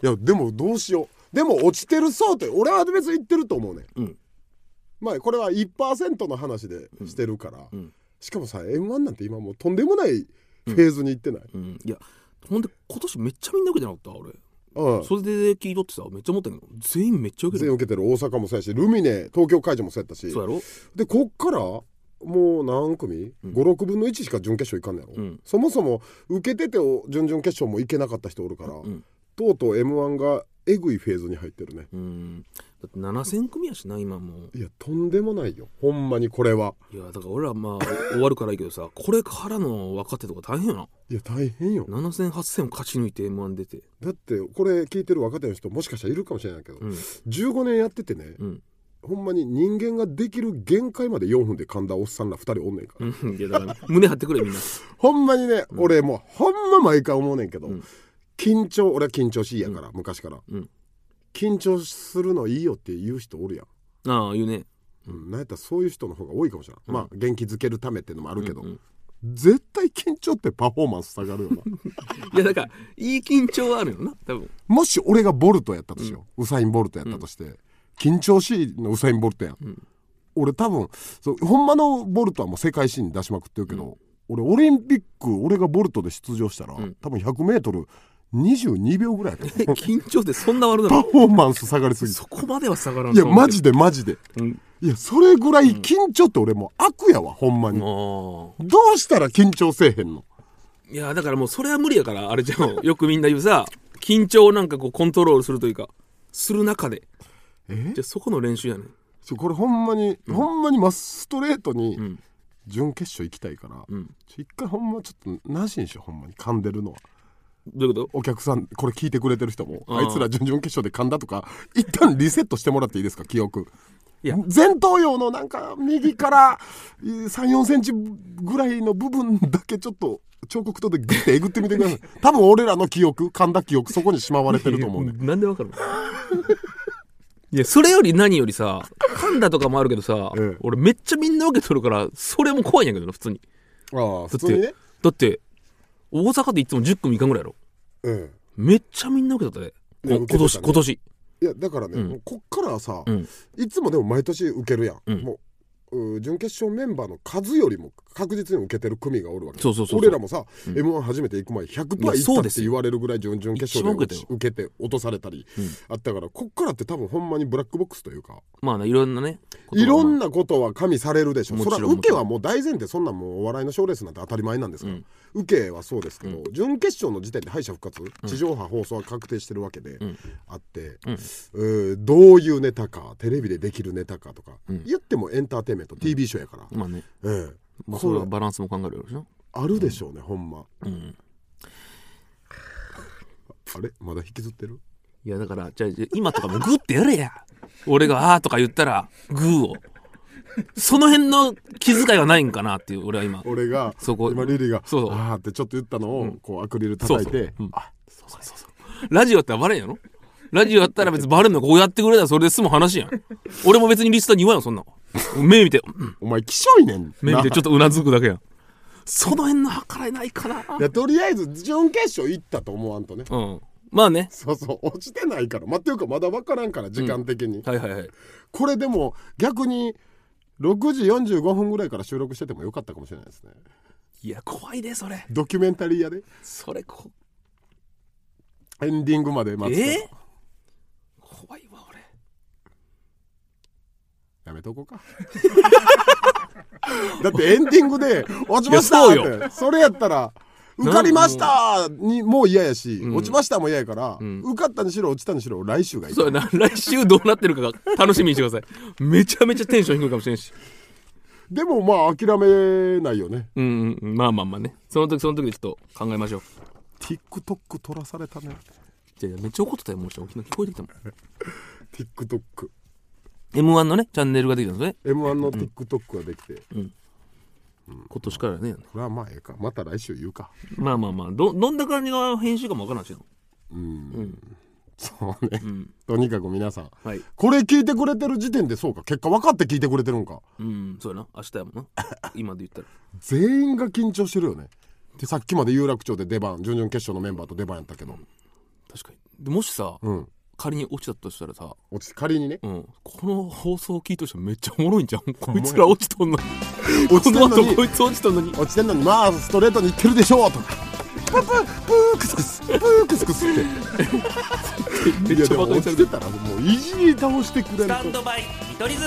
Speaker 2: いやでもどうしようでも落ちてるそうって俺は別に言ってると思うね、
Speaker 3: うん
Speaker 2: まあこれは1%の話でしてるから、
Speaker 3: うん
Speaker 2: しかもさ m 1なんて今もうとんでもないフェーズに行ってない、
Speaker 3: うんいやほんで今年めっちゃみんな受けてなかった俺、
Speaker 2: うん
Speaker 3: それで聞いとってさめっちゃ思ったけど全員めっちゃ受
Speaker 2: 全
Speaker 3: けて
Speaker 2: 員
Speaker 3: る
Speaker 2: 受けてる大阪もそうやしルミネ東京会場もそうやったし
Speaker 3: そうやろ
Speaker 2: でこっからもう何組、56分の1しか準決勝いかんのやろ、
Speaker 3: うん
Speaker 2: そもそも受けててお準々決勝もいけなかった人おるから、
Speaker 3: ん
Speaker 2: とうとう m 1がえぐいフェーズに入ってるね
Speaker 3: うんだって7000組やしな今もう
Speaker 2: いやとんでもないよほんまにこれはい
Speaker 3: やだから俺らまあ終わるからいいけどさこれからの若手とか大変や
Speaker 2: いや大変よ
Speaker 3: な70008000を勝ち抜いて m 1出て
Speaker 2: だってこれ聞いてる若手の人もしかしたらいるかもしれないけど、
Speaker 3: うん
Speaker 2: 15年やっててね、
Speaker 3: うん
Speaker 2: ほんまに人間ができる限界まで4分で噛んだおっさんら2人おんねんから、
Speaker 3: うんいやだから胸張ってくれみんな
Speaker 2: ほんまにね、俺もうほんま毎回思うねんけど、緊張俺は緊張しいやから、昔から、
Speaker 3: うん
Speaker 2: 緊張するのいいよって言う人おるやん、
Speaker 3: ああ言うね
Speaker 2: うん、なんやったらそういう人の方が多いかもしれない、ん、まあ元気づけるためっていうのもあるけど、
Speaker 3: うんうん
Speaker 2: 絶対緊張ってパフォーマンス下がるよな
Speaker 3: いやだからいい緊張はあるよな多分
Speaker 2: もし俺がボルトやったとしよう、ウサイン・ボルトやったとして、緊張しいのウサイン・ボルトやん、俺多分そうほんまのボルトはもう世界新に出しまくってるけど、俺オリンピック俺がボルトで出場したら、多分 100m22 秒ぐらいやと思う
Speaker 3: え緊張ってそんな悪な
Speaker 2: パ
Speaker 3: の
Speaker 2: フォーマンス下がりすぎて
Speaker 3: そこまでは下がらん
Speaker 2: い
Speaker 3: と
Speaker 2: や
Speaker 3: 思う
Speaker 2: マ
Speaker 3: けど
Speaker 2: ジでマジで
Speaker 3: うん
Speaker 2: いやそれぐらい緊張って俺もう悪やわほんまに
Speaker 3: あ
Speaker 2: どうしたら緊張せえへんの
Speaker 3: あいやだからもうそれは無理やからあれじゃんよくみんな言うさ緊張をなんかこうコントロールするというかする中で
Speaker 2: え
Speaker 3: じゃあそこの練習やねん
Speaker 2: ちょこれほんまに、ほんまにまっストレートに
Speaker 3: ん
Speaker 2: 準決勝行きたいから、
Speaker 3: ん
Speaker 2: ちょ一回ほんまちょっとなしにしようほんまに噛んでるのは
Speaker 3: どういうこと
Speaker 2: お客さんこれ聞いてくれてる人も
Speaker 3: うん
Speaker 2: あいつら準々決勝で噛んだとか一旦リセットしてもらっていいですか記憶
Speaker 3: いや
Speaker 2: 前頭葉のなんか右から3 4センチぐらいの部分だけちょっと彫刻刀でグッてえぐってみてください多分俺らの記憶噛んだ記憶そこにしまわれてると思うね
Speaker 3: いやなんでわかるのいやそれより何よりさ噛んだとかもあるけどさ、
Speaker 2: ええ
Speaker 3: 俺めっちゃみんな受け取るからそれも怖いんやけどな普通に
Speaker 2: ああ普
Speaker 3: だって
Speaker 2: 通にね
Speaker 3: だって大阪でいつも10組いかんぐらいやろ
Speaker 2: うん
Speaker 3: めっちゃみんな受け取ったで、
Speaker 2: ね
Speaker 3: こ
Speaker 2: 受け取っ
Speaker 3: 今年
Speaker 2: たね
Speaker 3: 今年
Speaker 2: いやだからね、
Speaker 3: うん
Speaker 2: もうこっからはさ、
Speaker 3: うん
Speaker 2: いつもでも毎年受けるやん、
Speaker 3: うん
Speaker 2: もううー準決勝メンバーの数よりも確実に受けてる組がおるわけ
Speaker 3: そうそうそうそう
Speaker 2: 俺らもさ、m 1初めて行く前100%
Speaker 3: いや
Speaker 2: いった
Speaker 3: そう
Speaker 2: っ
Speaker 3: です
Speaker 2: て
Speaker 3: よ
Speaker 2: 言われるぐらい準々決勝で
Speaker 3: 一番受け
Speaker 2: 受
Speaker 3: たよ
Speaker 2: けて落とされたり、あったからこっからって多分ほんまにブラックボックスというか
Speaker 3: まあないろんなね
Speaker 2: いろん
Speaker 3: な
Speaker 2: なことは加味されるでしょ
Speaker 3: も
Speaker 2: そ
Speaker 3: ち
Speaker 2: れ
Speaker 3: ろん
Speaker 2: は受けはもう大前提そんなんもうお笑いの賞レースなんて当たり前なんですから、
Speaker 3: うん
Speaker 2: 受けはそうですけど、準決勝の時点で敗者復活、地上波放送は確定してるわけで
Speaker 3: ん
Speaker 2: あって、
Speaker 3: うん
Speaker 2: うーどういうネタかテレビでできるネタかとか、
Speaker 3: ん
Speaker 2: 言ってもエンターテインメント、TV ショーやから、
Speaker 3: まあね、
Speaker 2: ええ
Speaker 3: ま
Speaker 2: こ
Speaker 3: あ、そ
Speaker 2: れ
Speaker 3: れはバランスも考えるよな
Speaker 2: あるでしょうね、ほんま
Speaker 3: うん
Speaker 2: あれまだ引きずってる
Speaker 3: いやだからじゃあじゃあ今とかもグッてやれや俺が「あー」とか言ったらグーをその辺の気遣いはないんかなっていう俺は今
Speaker 2: 俺が
Speaker 3: そこ
Speaker 2: 今リリーが
Speaker 3: そうそう
Speaker 2: あーってちょっと言ったのを、こうアクリル叩いて
Speaker 3: そうそううんラジオやったらバレんやろラジオやったら別にバレんのこうやってくれたらそれで済む話やん俺も別にリスターに言わんよそんなの目見てうん
Speaker 2: お前きしょいねん
Speaker 3: 目見て
Speaker 2: な
Speaker 3: ちょっとうなずくだけやんその辺の計らいないかない
Speaker 2: やとりあえず準決勝行ったと思わんとね
Speaker 3: うんまあね
Speaker 2: そうそう落ちてないからまあ、っていうかまだ分からんから時間的に、
Speaker 3: はいはいはい
Speaker 2: これでも逆に6時45分ぐらいから収録しててもよかったかもしれないですね
Speaker 3: いや怖いでそれ
Speaker 2: ドキュメンタリーやで
Speaker 3: それこ
Speaker 2: エンディングまで待つと
Speaker 3: え怖いわ俺
Speaker 2: やめとこうか だってエンディングで「落ちました!」
Speaker 3: いやそう
Speaker 2: ってそれやったら「受かりました!」にもう嫌やし、
Speaker 3: ん
Speaker 2: 落ちましたも嫌やから、
Speaker 3: ん
Speaker 2: 受かったにしろ落ちたにしろ来週がいい
Speaker 3: そうやな来週どうなってるかが楽しみにしてくださいめちゃめちゃテンション低いかもしれんし
Speaker 2: でもまあ諦めないよね
Speaker 3: うん、うん、まあまあまあねその時その時でちょっと考えましょう
Speaker 2: TikTok 撮らされたね
Speaker 3: じゃあめっちゃ怒ってたよもう一人昨日聞こえてきたもん
Speaker 2: TikTok
Speaker 3: m 1のねチャンネルができたんですね
Speaker 2: m 1の TikTok ができて、
Speaker 3: 今年からね
Speaker 2: これはまあええかまた来週言うか
Speaker 3: まあまあまあどどんな感じの編集かもわからんしな
Speaker 2: そうね、とにかく皆さん、
Speaker 3: はい
Speaker 2: これ聞いてくれてる時点でそうか結果分かって聞いてくれてるんか
Speaker 3: うんそうやな明日やもんな今で言ったら
Speaker 2: 全員が緊張してるよねでさっきまで有楽町で出番準々決勝のメンバーと出番やったけど
Speaker 3: 確かにでもしさ、
Speaker 2: うん
Speaker 3: 仮に落ちたとしたらさ、
Speaker 2: 落ち仮にね
Speaker 3: うん、この放送を聞いとしたらめっちゃおもろいん じゃんこいつら落ちとんのに
Speaker 2: 落ちてん
Speaker 3: こ
Speaker 2: の
Speaker 3: の後
Speaker 2: に
Speaker 3: こいつ落ちとんのに
Speaker 2: 落ちてんのにまあストレートにいってるでしょうとかプープープークスクスプークスクスって
Speaker 3: めっ
Speaker 2: いや
Speaker 3: ち
Speaker 2: で
Speaker 3: ゃ
Speaker 2: も
Speaker 3: バカに
Speaker 2: 落ち
Speaker 3: され
Speaker 2: て
Speaker 3: て
Speaker 2: たらもういじり倒してくれ
Speaker 5: スタン
Speaker 2: る
Speaker 5: ドバイ見取り図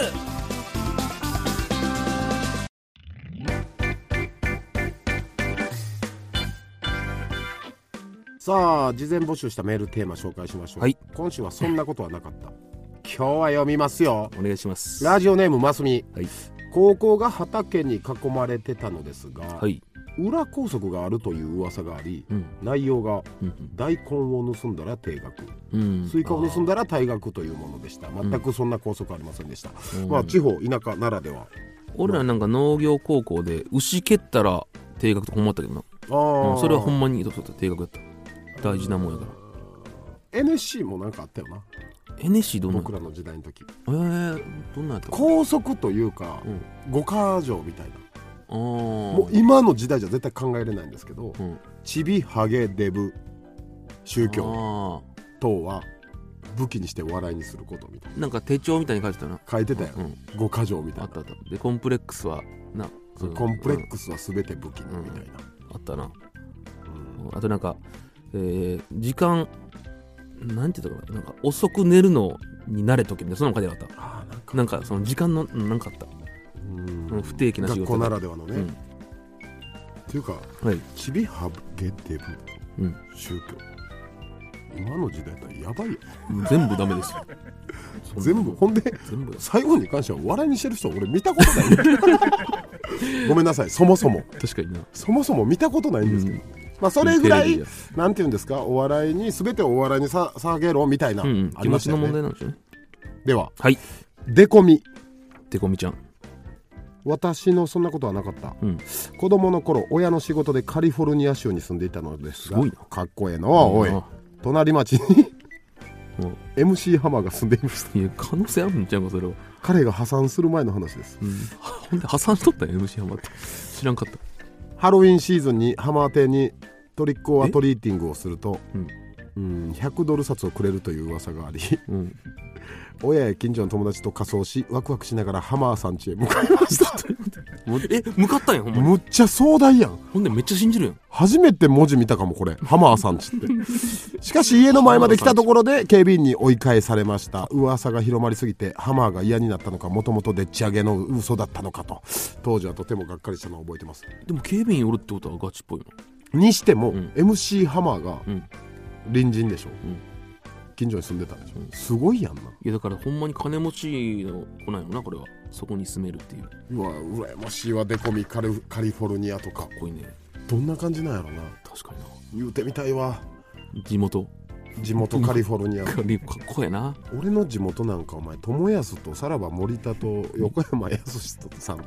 Speaker 2: さあ事前募集したメールテーマ紹介しましょう、
Speaker 3: はい
Speaker 2: 今週はそんなことはなかった今日は読みますよ
Speaker 3: お願いします
Speaker 2: ラジオネームますみ
Speaker 3: はい
Speaker 2: 高校が畑に囲まれてたのですが、
Speaker 3: はい
Speaker 2: 裏拘束があるという噂があり、
Speaker 3: うん
Speaker 2: 内容が
Speaker 3: うん
Speaker 2: 大根を盗んだら定額
Speaker 3: うん
Speaker 2: スイカを盗んだら退学というものでした全くそんな拘束ありませんでした、
Speaker 3: うん
Speaker 2: まあ地方田舎ならでは
Speaker 3: 俺らなんか農業高校で牛蹴ったら定額とか思ったけどな、
Speaker 2: あー
Speaker 3: うんそれはほんまにそうそう定額やった大事なもんやから
Speaker 2: NSC もなんかあったよな
Speaker 3: NSC どんなん
Speaker 2: 僕らの時代の時
Speaker 3: えー、どんなんやったか
Speaker 2: 拘束というか、
Speaker 3: うん
Speaker 2: 五か条みたいな
Speaker 3: あー
Speaker 2: もう今の時代じゃ絶対考えれないんですけど
Speaker 3: うん
Speaker 2: ちびハゲデブ宗教
Speaker 3: あ
Speaker 2: 等は武器にして笑いにすることみたいな
Speaker 3: ーなんか手帳みたいに書いてたな
Speaker 2: 書いてたよ、
Speaker 3: うん
Speaker 2: 五か条みたい
Speaker 3: あ
Speaker 2: な
Speaker 3: ったあったでコンプレックスはなそう
Speaker 2: コンプレックスは全て武器にみたいな、
Speaker 3: あったな、あとなんか、えー時間なんて言ったかななんか遅く寝るのに慣れとけみたいなそんなの書いてなかっ
Speaker 2: あーなんか
Speaker 3: たなんかその時間のうんなんかあった
Speaker 2: うん
Speaker 3: その不定期な仕
Speaker 2: 学
Speaker 3: 事
Speaker 2: 校なら
Speaker 3: で
Speaker 2: ではのね、
Speaker 3: うん
Speaker 2: っていうか
Speaker 3: はい
Speaker 2: ちびハゲデブ
Speaker 3: うん
Speaker 2: 宗教今の時代だったらやばいよ
Speaker 3: 全部ダメですよそんな
Speaker 2: 全部ほんで
Speaker 3: 全部
Speaker 2: 最後に関しては笑いにしてる人俺見たこと ないごめんなさいそもそも
Speaker 3: 確かにな
Speaker 2: そもそも見たことないんですけど、まあそれぐら
Speaker 3: テレ
Speaker 2: い
Speaker 3: ビで
Speaker 2: なんて言うんですかお笑いに全てをお笑いにさ下げろみたいな、
Speaker 3: うんうん、
Speaker 2: あ
Speaker 3: 気
Speaker 2: りま
Speaker 3: 持
Speaker 2: し
Speaker 3: ち
Speaker 2: たよ
Speaker 3: の問
Speaker 2: ね
Speaker 3: 題なんでしょうね
Speaker 2: では
Speaker 3: はい
Speaker 2: デコミ
Speaker 3: てこみちゃん
Speaker 2: 私のそんなことはなかった、
Speaker 3: うん
Speaker 2: 子供の頃親の仕事でカリフォルニア州に住んでいたのですが
Speaker 3: すごいな
Speaker 2: かっこええのおい
Speaker 3: うん
Speaker 2: 隣町に
Speaker 3: うん
Speaker 2: MC ハマーが住んでいました
Speaker 3: いや可能性あるんちゃうかそれは、
Speaker 2: 彼が破産する前の話です
Speaker 3: うん、ほんで挟んとったんや MC ハマって知らんかった
Speaker 2: ハロウィンシーズンにハマー邸にトリックオアトリーティングをすると
Speaker 3: うん
Speaker 2: うん100ドル札をくれるという噂があり
Speaker 3: うん
Speaker 2: 親や近所の友達と仮装しワクワクしながらハマーさん家へ向かいました
Speaker 3: え向かったんやほんまに
Speaker 2: むっちゃ壮大やん
Speaker 3: ほんでめっちゃ信じるやん
Speaker 2: 初めて文字見たかもこれハマーさんちってしかし家の前まで来たところで警備員に追い返されました噂が広まりすぎてハマーが嫌になったのかもともとでっち上げの嘘だったのかと当時はとてもがっかりしたのを覚えてます
Speaker 3: でも警備員おるってことはガチっぽいな
Speaker 2: にしても、
Speaker 3: うん
Speaker 2: MC ハマーが
Speaker 3: うん
Speaker 2: 隣人でしょ、
Speaker 3: ん
Speaker 2: 近所に住んでたんでしょ、すごいやんない
Speaker 3: やだからほんまに金持ちの子なんやろなこれはそこに住めるっていうかっ
Speaker 2: うわ羨ましいわデコミカリカリフォルニアとか
Speaker 3: こいいね
Speaker 2: どんな感じなんやろな
Speaker 3: 確かにな
Speaker 2: 言うてみたいわ
Speaker 3: 地元
Speaker 2: 地元カリフォルニア
Speaker 3: かっこええな
Speaker 2: 俺の地元なんかお前友安とさらば森田と横山やすしとさんと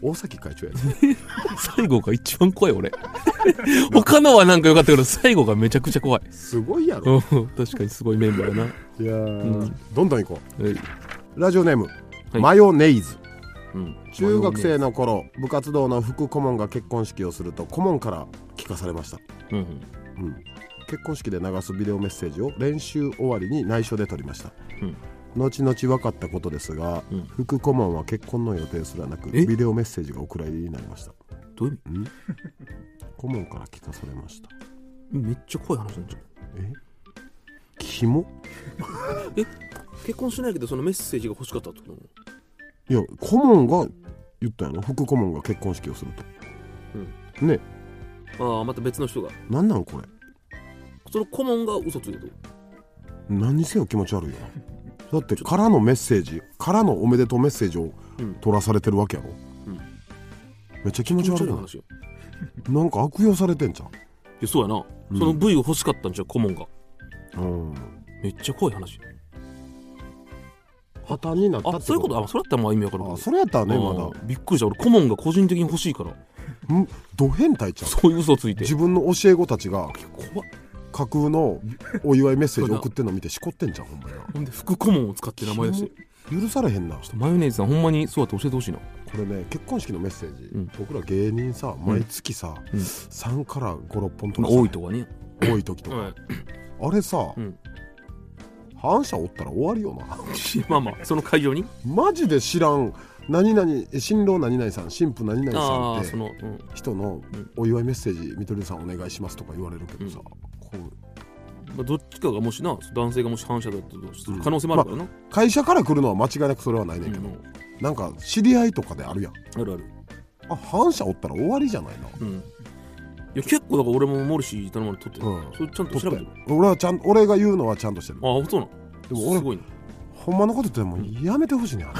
Speaker 2: 大崎会長やで
Speaker 3: 最後が一番怖い俺 他のはなんか良かったけど最後がめちゃくちゃ怖い
Speaker 2: すごいやろ
Speaker 3: うん 確かにすごいメンバーやな、
Speaker 2: いやー
Speaker 3: うん
Speaker 2: どんどん行こ
Speaker 3: え
Speaker 2: うラジオネーム、
Speaker 3: はい
Speaker 2: マヨネーズ
Speaker 3: うん、
Speaker 2: 中学生の頃部活動の副顧問が結婚式をすると顧問から聞かされました、
Speaker 3: うんうん
Speaker 2: うん、結婚式で流すビデオメッセージを練習終わりに内緒で撮りました
Speaker 3: うん
Speaker 2: 後々分かったことですが、
Speaker 3: うん
Speaker 2: 副顧問は結婚の予定すらなく
Speaker 3: え
Speaker 2: ビデオメッセージが送られるようになりました
Speaker 3: どういう
Speaker 2: 顧問から聞かされました
Speaker 3: 意味めっちゃ怖い話になっちゃう
Speaker 2: えキモ
Speaker 3: 結婚しないけどそのメッセージが欲しかったってこと
Speaker 2: いや顧問が言ったんやろ副顧問が結婚式をすると、ね
Speaker 3: ああまた別の人が
Speaker 2: なんなんこれ
Speaker 3: その顧問が嘘ついてる
Speaker 2: 何にせよ気持ち悪いよ なだってからのメッセージからのおめでとうメッセージを
Speaker 3: うん
Speaker 2: 取らされてるわけやろ、めっちゃ気持
Speaker 3: 気
Speaker 2: ち
Speaker 3: 持ち
Speaker 2: 悪い
Speaker 3: 悪い
Speaker 2: な
Speaker 3: 話よい
Speaker 2: なんか悪用されてんじ
Speaker 3: やそうやな、その V を欲しかったんじゃう顧問が
Speaker 2: ゃんうん
Speaker 3: めっちゃ怖い話
Speaker 2: 破綻になった
Speaker 3: あ
Speaker 2: って
Speaker 3: そういうことあそれやったらまあ意味わかるけど
Speaker 2: あそれやったらねまだ
Speaker 3: うんびっくりした俺顧問が個人的に欲しいから
Speaker 2: んど変態ちゃん
Speaker 3: そういう嘘ついて
Speaker 2: 自分の教え子たちが
Speaker 3: 怖っ
Speaker 2: 架空のお祝いメッセージ送ってんの見てしこってんじゃんほんまや
Speaker 3: ほんで副顧問を使って名前出して
Speaker 2: 許されへんな
Speaker 3: マヨネーズさんほんまにそうやって教えてほしいな
Speaker 2: これね結婚式のメッセージ、
Speaker 3: ん
Speaker 2: 僕ら芸人さ毎月さ、3から56本とか
Speaker 3: 多いとかね
Speaker 2: 多い時と か、あれさ、
Speaker 3: ん
Speaker 2: 反射おったら終わりよな
Speaker 3: まあまあその会場に
Speaker 2: マジで知らん何々え新郎何々さん新婦何々
Speaker 3: ああ
Speaker 2: さ
Speaker 3: そ
Speaker 2: んっ
Speaker 3: の、うん
Speaker 2: て人の
Speaker 3: ん
Speaker 2: お祝いメッセージ「みとりさんお願いします」とか言われるけどさ、こう
Speaker 3: まあ、どっちかがもしな男性がもし反社だったとする可能性もあるからな、
Speaker 2: 会社から来るのは間違いなくそれはないねんけ
Speaker 3: う
Speaker 2: ど、
Speaker 3: ん
Speaker 2: なんか知り合いとかであるやん
Speaker 3: あるある
Speaker 2: あ反社おったら終わりじゃないな
Speaker 3: うんいや結構だから俺もモルシー頼まれとってる、
Speaker 2: うん
Speaker 3: それちゃん
Speaker 2: 取
Speaker 3: と調
Speaker 2: っ
Speaker 3: べ
Speaker 2: た
Speaker 3: て
Speaker 2: よ
Speaker 3: る
Speaker 2: 俺はちゃん俺が言うのはちゃんとしてる
Speaker 3: ああそうなん
Speaker 2: でも俺
Speaker 3: すごいな
Speaker 2: ほんまのこと言ってもうやめてほしいねんあれ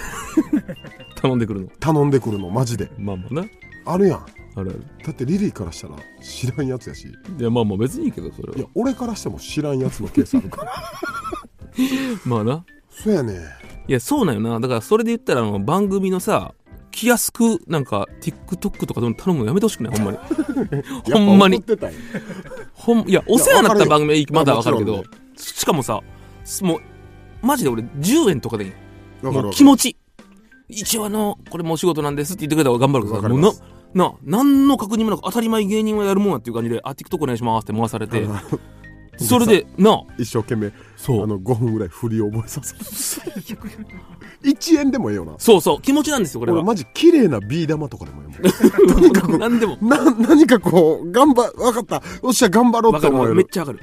Speaker 3: 頼んでくるの
Speaker 2: 頼んでくるのマジで
Speaker 3: まあまあな
Speaker 2: あるやん
Speaker 3: あるある
Speaker 2: だってリリーからしたら知らんやつやし
Speaker 3: いやまあまあ別にいいけどそれはい
Speaker 2: や俺からしても知らんやつのケースある から
Speaker 3: まあな
Speaker 2: そうやねん
Speaker 3: いやそうなんよなだからそれで言ったらあの番組のさ気安くなんか TikTok とかどんどん頼むのやめてほしくないほ んまにほん
Speaker 2: や
Speaker 3: ま
Speaker 2: っぱ
Speaker 3: に
Speaker 2: 怒ってたんや
Speaker 3: ほんいやお世話になった番組はいい
Speaker 2: や
Speaker 3: まだわかるけ
Speaker 2: も
Speaker 3: ど
Speaker 2: ち
Speaker 3: しかもさすもうマジで俺10円とかでいい
Speaker 2: わかる
Speaker 3: も
Speaker 2: わ
Speaker 3: う
Speaker 2: か
Speaker 3: 気
Speaker 2: る
Speaker 3: 持ち一応あのこれもうお仕事なんですって言ってくれたら頑張るけど
Speaker 2: わ
Speaker 3: さ
Speaker 2: かり
Speaker 3: もう
Speaker 2: ま
Speaker 3: な
Speaker 2: す
Speaker 3: な何の確認もなく当たり前芸人はやるもんやっていう感じで「あ TikTok お願いします」って回されてそれでな
Speaker 2: 一生懸命
Speaker 3: そう
Speaker 2: あの5分ぐらい振り覚えさせる1円でもええよな
Speaker 3: そうそう気持ちなんですよこれ
Speaker 2: 俺
Speaker 3: は
Speaker 2: マジ綺麗なビー玉とかでもええもん
Speaker 3: 何でも
Speaker 2: な何かこう頑張わかったよっしゃ頑張ろう
Speaker 3: わ
Speaker 2: って
Speaker 3: かる
Speaker 2: 思え
Speaker 3: めっ
Speaker 2: る
Speaker 3: ちゃわかる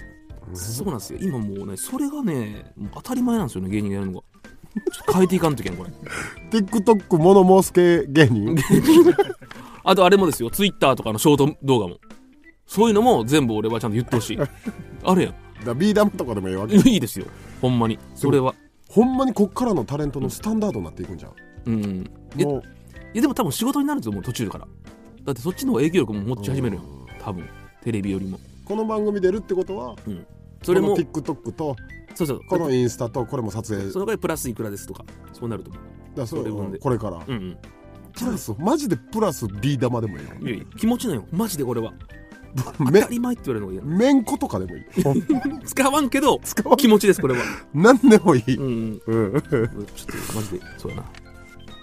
Speaker 3: そうなんですよ今もうねそれがねもう当たり前なんですよね芸人がやるのがちょっと変えていかんといけんこれ
Speaker 2: TikTok 物申す系芸人
Speaker 3: あとあれもですよツイッターとかのショート動画もそういうのも全部俺はちゃんと言ってほしいあれやん
Speaker 2: だビー玉とかでもええわ け
Speaker 3: いいですよほんまにそれは
Speaker 2: ほんまにこっからのタレントのスタンダードになっていくんじゃん
Speaker 3: うんえ
Speaker 2: もう
Speaker 3: いやでも多分仕事になると思う途中からだってそっちの方が影響力も持ち始めるよ多分テレビよりも
Speaker 2: この番組出るってことは
Speaker 3: それも
Speaker 2: この TikTok と
Speaker 3: そうそう
Speaker 2: このインスタとこれも撮影
Speaker 3: そのぐらいプラスいくらですとかそうなると思う
Speaker 2: だそ
Speaker 3: それ分
Speaker 2: う
Speaker 3: で
Speaker 2: これから、
Speaker 3: うん
Speaker 2: プラスマジでプラスビー玉でもいいよ
Speaker 3: うんいやいや気持ちのよマジでこれは当
Speaker 2: め
Speaker 3: たり前って言われるのが
Speaker 2: め
Speaker 3: 嫌
Speaker 2: んことかでもいいほんまに
Speaker 3: 使わんけど
Speaker 2: 使わん
Speaker 3: 気持ちですこれは
Speaker 2: 何でもいい、
Speaker 3: うんうん
Speaker 2: うん、
Speaker 3: ちょっとマジでそうやな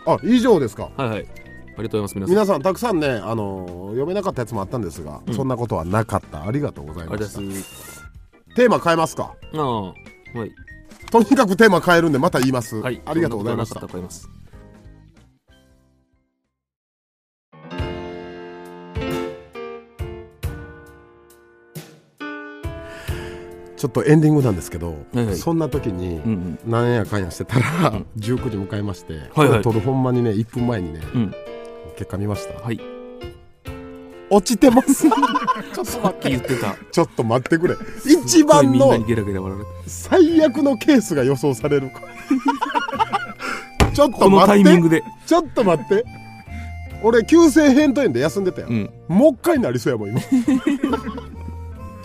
Speaker 2: あ以上ですか
Speaker 3: はいはいありがとうございます皆
Speaker 2: 皆
Speaker 3: さん
Speaker 2: さんたくさんねあのー読めなかったやつもあったんですが、そんなことはなかったありがとうござい
Speaker 3: あ
Speaker 2: ま
Speaker 3: りが
Speaker 2: した
Speaker 3: とうございます
Speaker 2: テーマ変えますか
Speaker 3: ああはい
Speaker 2: とにかくテーマ変えるんでまた言います、
Speaker 3: はい
Speaker 2: ありがとうございまし
Speaker 3: そん
Speaker 2: た
Speaker 3: なことはなかったら買います
Speaker 2: ちょっとエンディングなんですけど、
Speaker 3: はいはい
Speaker 2: そんな時に、
Speaker 3: うんうん
Speaker 2: なんやかんやしてたら、19時 迎えまして、
Speaker 3: はいはい
Speaker 2: 撮るほんまにね1分前にね、
Speaker 3: うん
Speaker 2: 結果見ました、
Speaker 3: はい
Speaker 2: 落ちてます
Speaker 3: さっき言ってた
Speaker 2: ちょっと待ってくれ一番
Speaker 3: みんなに
Speaker 2: の
Speaker 3: ゲラゲラ笑われて
Speaker 2: 最悪のケースが予想される ちょっと
Speaker 3: このタ
Speaker 2: 待
Speaker 3: イ
Speaker 2: っ
Speaker 3: ミング
Speaker 2: て
Speaker 3: で
Speaker 2: ちょっと待って俺急性扁桃炎で休んでたよ、
Speaker 3: うん
Speaker 2: もう一回なりそうやもん今 ち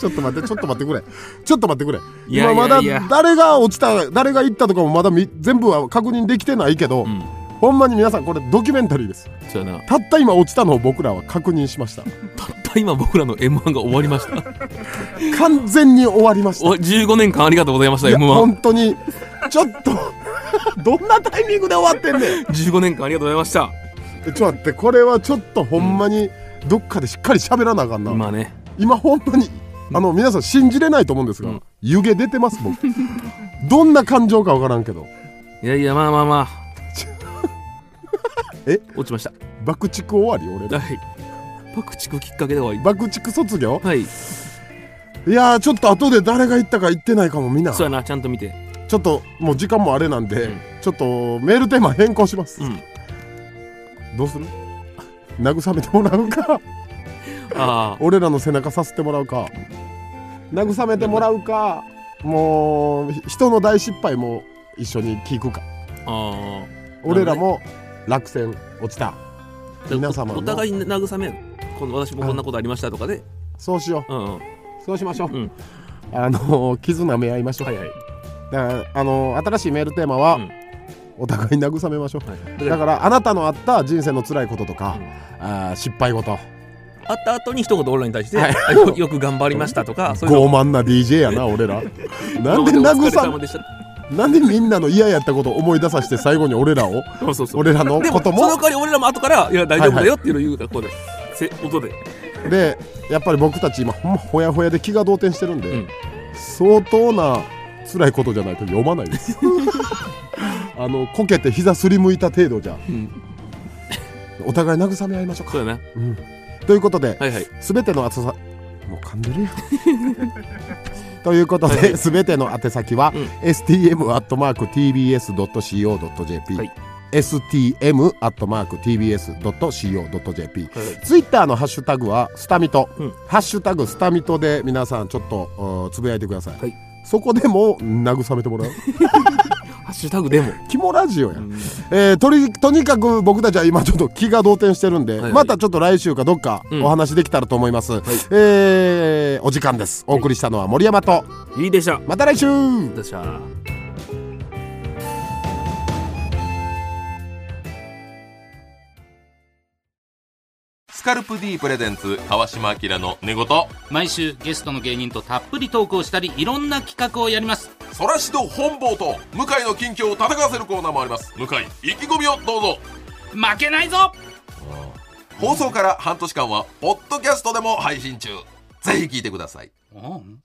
Speaker 2: ょっと待ってちょっと待ってくれちょっと待ってくれ
Speaker 3: いやいや
Speaker 2: 今まだ
Speaker 3: いや
Speaker 2: 誰が落ちた誰が行ったとかもまだみ全部は確認できてないけど、
Speaker 3: うん
Speaker 2: ほんまに皆さんこれドキュメンタリーです
Speaker 3: そうやな
Speaker 2: たった今落ちたのを僕らは確認しました
Speaker 3: たった今僕らの m 1が終わりました
Speaker 2: 完全に終わりました
Speaker 3: お15年間ありがとうございました
Speaker 2: いや
Speaker 3: m 1
Speaker 2: 本当にちょっと どんなタイミングで終わってんねん
Speaker 3: 15年間ありがとうございました
Speaker 2: えちょっと待ってこれはちょっとほんまにどっかでしっかり喋らなあかんな、
Speaker 3: 今ね
Speaker 2: 今本当にあの皆さん信じれないと思うんですが、
Speaker 3: うん
Speaker 2: 湯気出てます僕 どんな感情かわからんけど
Speaker 3: いやいやまあまあまあ
Speaker 2: ちょえ
Speaker 3: 落ちました
Speaker 2: 爆竹終わり俺ら
Speaker 3: はい爆竹きっかけで終わ
Speaker 2: 爆竹卒業
Speaker 3: りはい
Speaker 2: いやーちょっと後で誰が行ったか行ってないかもみんな
Speaker 3: そうやなちゃんと見て
Speaker 2: ちょっともう時間もあれなんで、
Speaker 3: うん
Speaker 2: ちょっとメールテーマ変更します、
Speaker 3: うん
Speaker 2: どうする慰めてもらうか
Speaker 3: ああ
Speaker 2: 俺らの背中させてもらうか慰めてもらうかもうひ人の大失敗も一緒に聞くか
Speaker 3: あ
Speaker 2: 俺らも落選落ちた
Speaker 3: あ
Speaker 2: 皆様
Speaker 3: お
Speaker 2: の
Speaker 3: お互いに慰めこの私もこんなことありましたとかで
Speaker 2: そうしよ
Speaker 3: うんうん
Speaker 2: うそうしましょう、
Speaker 3: うん
Speaker 2: あのー絆め合いましょう、
Speaker 3: はいはい
Speaker 2: だからあのー新しいメールテーマは、
Speaker 3: うん
Speaker 2: お互い慰めましょう
Speaker 3: はい
Speaker 2: だ
Speaker 3: だか
Speaker 2: からあなたのあった人生の辛いこととか、
Speaker 3: うん
Speaker 2: あー失敗事
Speaker 3: ら会った後に一言俺らに対して
Speaker 2: はい
Speaker 3: あ よよく頑張りましたとかそういうの
Speaker 2: 傲慢な DJ やな俺 らなんで
Speaker 3: 今まお疲れ
Speaker 2: 慰
Speaker 3: 様
Speaker 2: め
Speaker 3: でした
Speaker 2: なんでみんなの嫌やったことを思い出させて最後に俺らを
Speaker 3: そうそうそう
Speaker 2: 俺らの
Speaker 3: で
Speaker 2: こ
Speaker 3: も
Speaker 2: と
Speaker 3: その
Speaker 2: も
Speaker 3: 代わり俺らも後から「いや大丈夫だよ」っていうのを言うからこうで、せ音で
Speaker 2: でやっぱり僕たち今ほんまほやほやで気が動転してるんで、
Speaker 3: うん
Speaker 2: 相当な辛いこと じゃないと読まないですあのこけて膝すりむいた程度じゃ
Speaker 3: うん
Speaker 2: お互い慰め合いましょう
Speaker 3: そ
Speaker 2: か
Speaker 3: うやな
Speaker 2: うんということで
Speaker 3: はいはい
Speaker 2: 全てのあさもう噛んでるやん ということ
Speaker 3: はいは
Speaker 2: で
Speaker 3: い
Speaker 2: 全ての宛先は
Speaker 3: うん
Speaker 2: stm.tbs.co.jp
Speaker 3: はい
Speaker 2: stm.tbs.co.jp
Speaker 3: はいはい
Speaker 2: ツイッターのハッシュタグはスタミト、
Speaker 3: うん
Speaker 2: ハッシュタグスタミトで皆さんちょっとうんつぶやいてください、
Speaker 3: はい
Speaker 2: そこでも慰めてもらう
Speaker 3: ハッシュタグでも
Speaker 2: キモラジオや、
Speaker 3: うん
Speaker 2: えーとりとにかく僕たちは今ちょっと気が動転してるんで、
Speaker 3: いはい
Speaker 2: またちょっと来週かどっか
Speaker 3: うん
Speaker 2: お話できたらと思います、えーお時間ですお送りしたのは森山と
Speaker 3: いいでした
Speaker 2: また来週
Speaker 3: でした
Speaker 5: スカルプ D プレゼンツ川島明の寝言
Speaker 6: 毎週ゲストの芸人とたっぷりトークをしたりいろんな企画をやります
Speaker 5: そらしど本坊と向井の近況を戦わせるコーナーもあります向井意気込みをどうぞ
Speaker 6: 負けないぞ
Speaker 5: 放送から半年間はポッドキャストでも配信中ぜひ聞いてください
Speaker 6: うん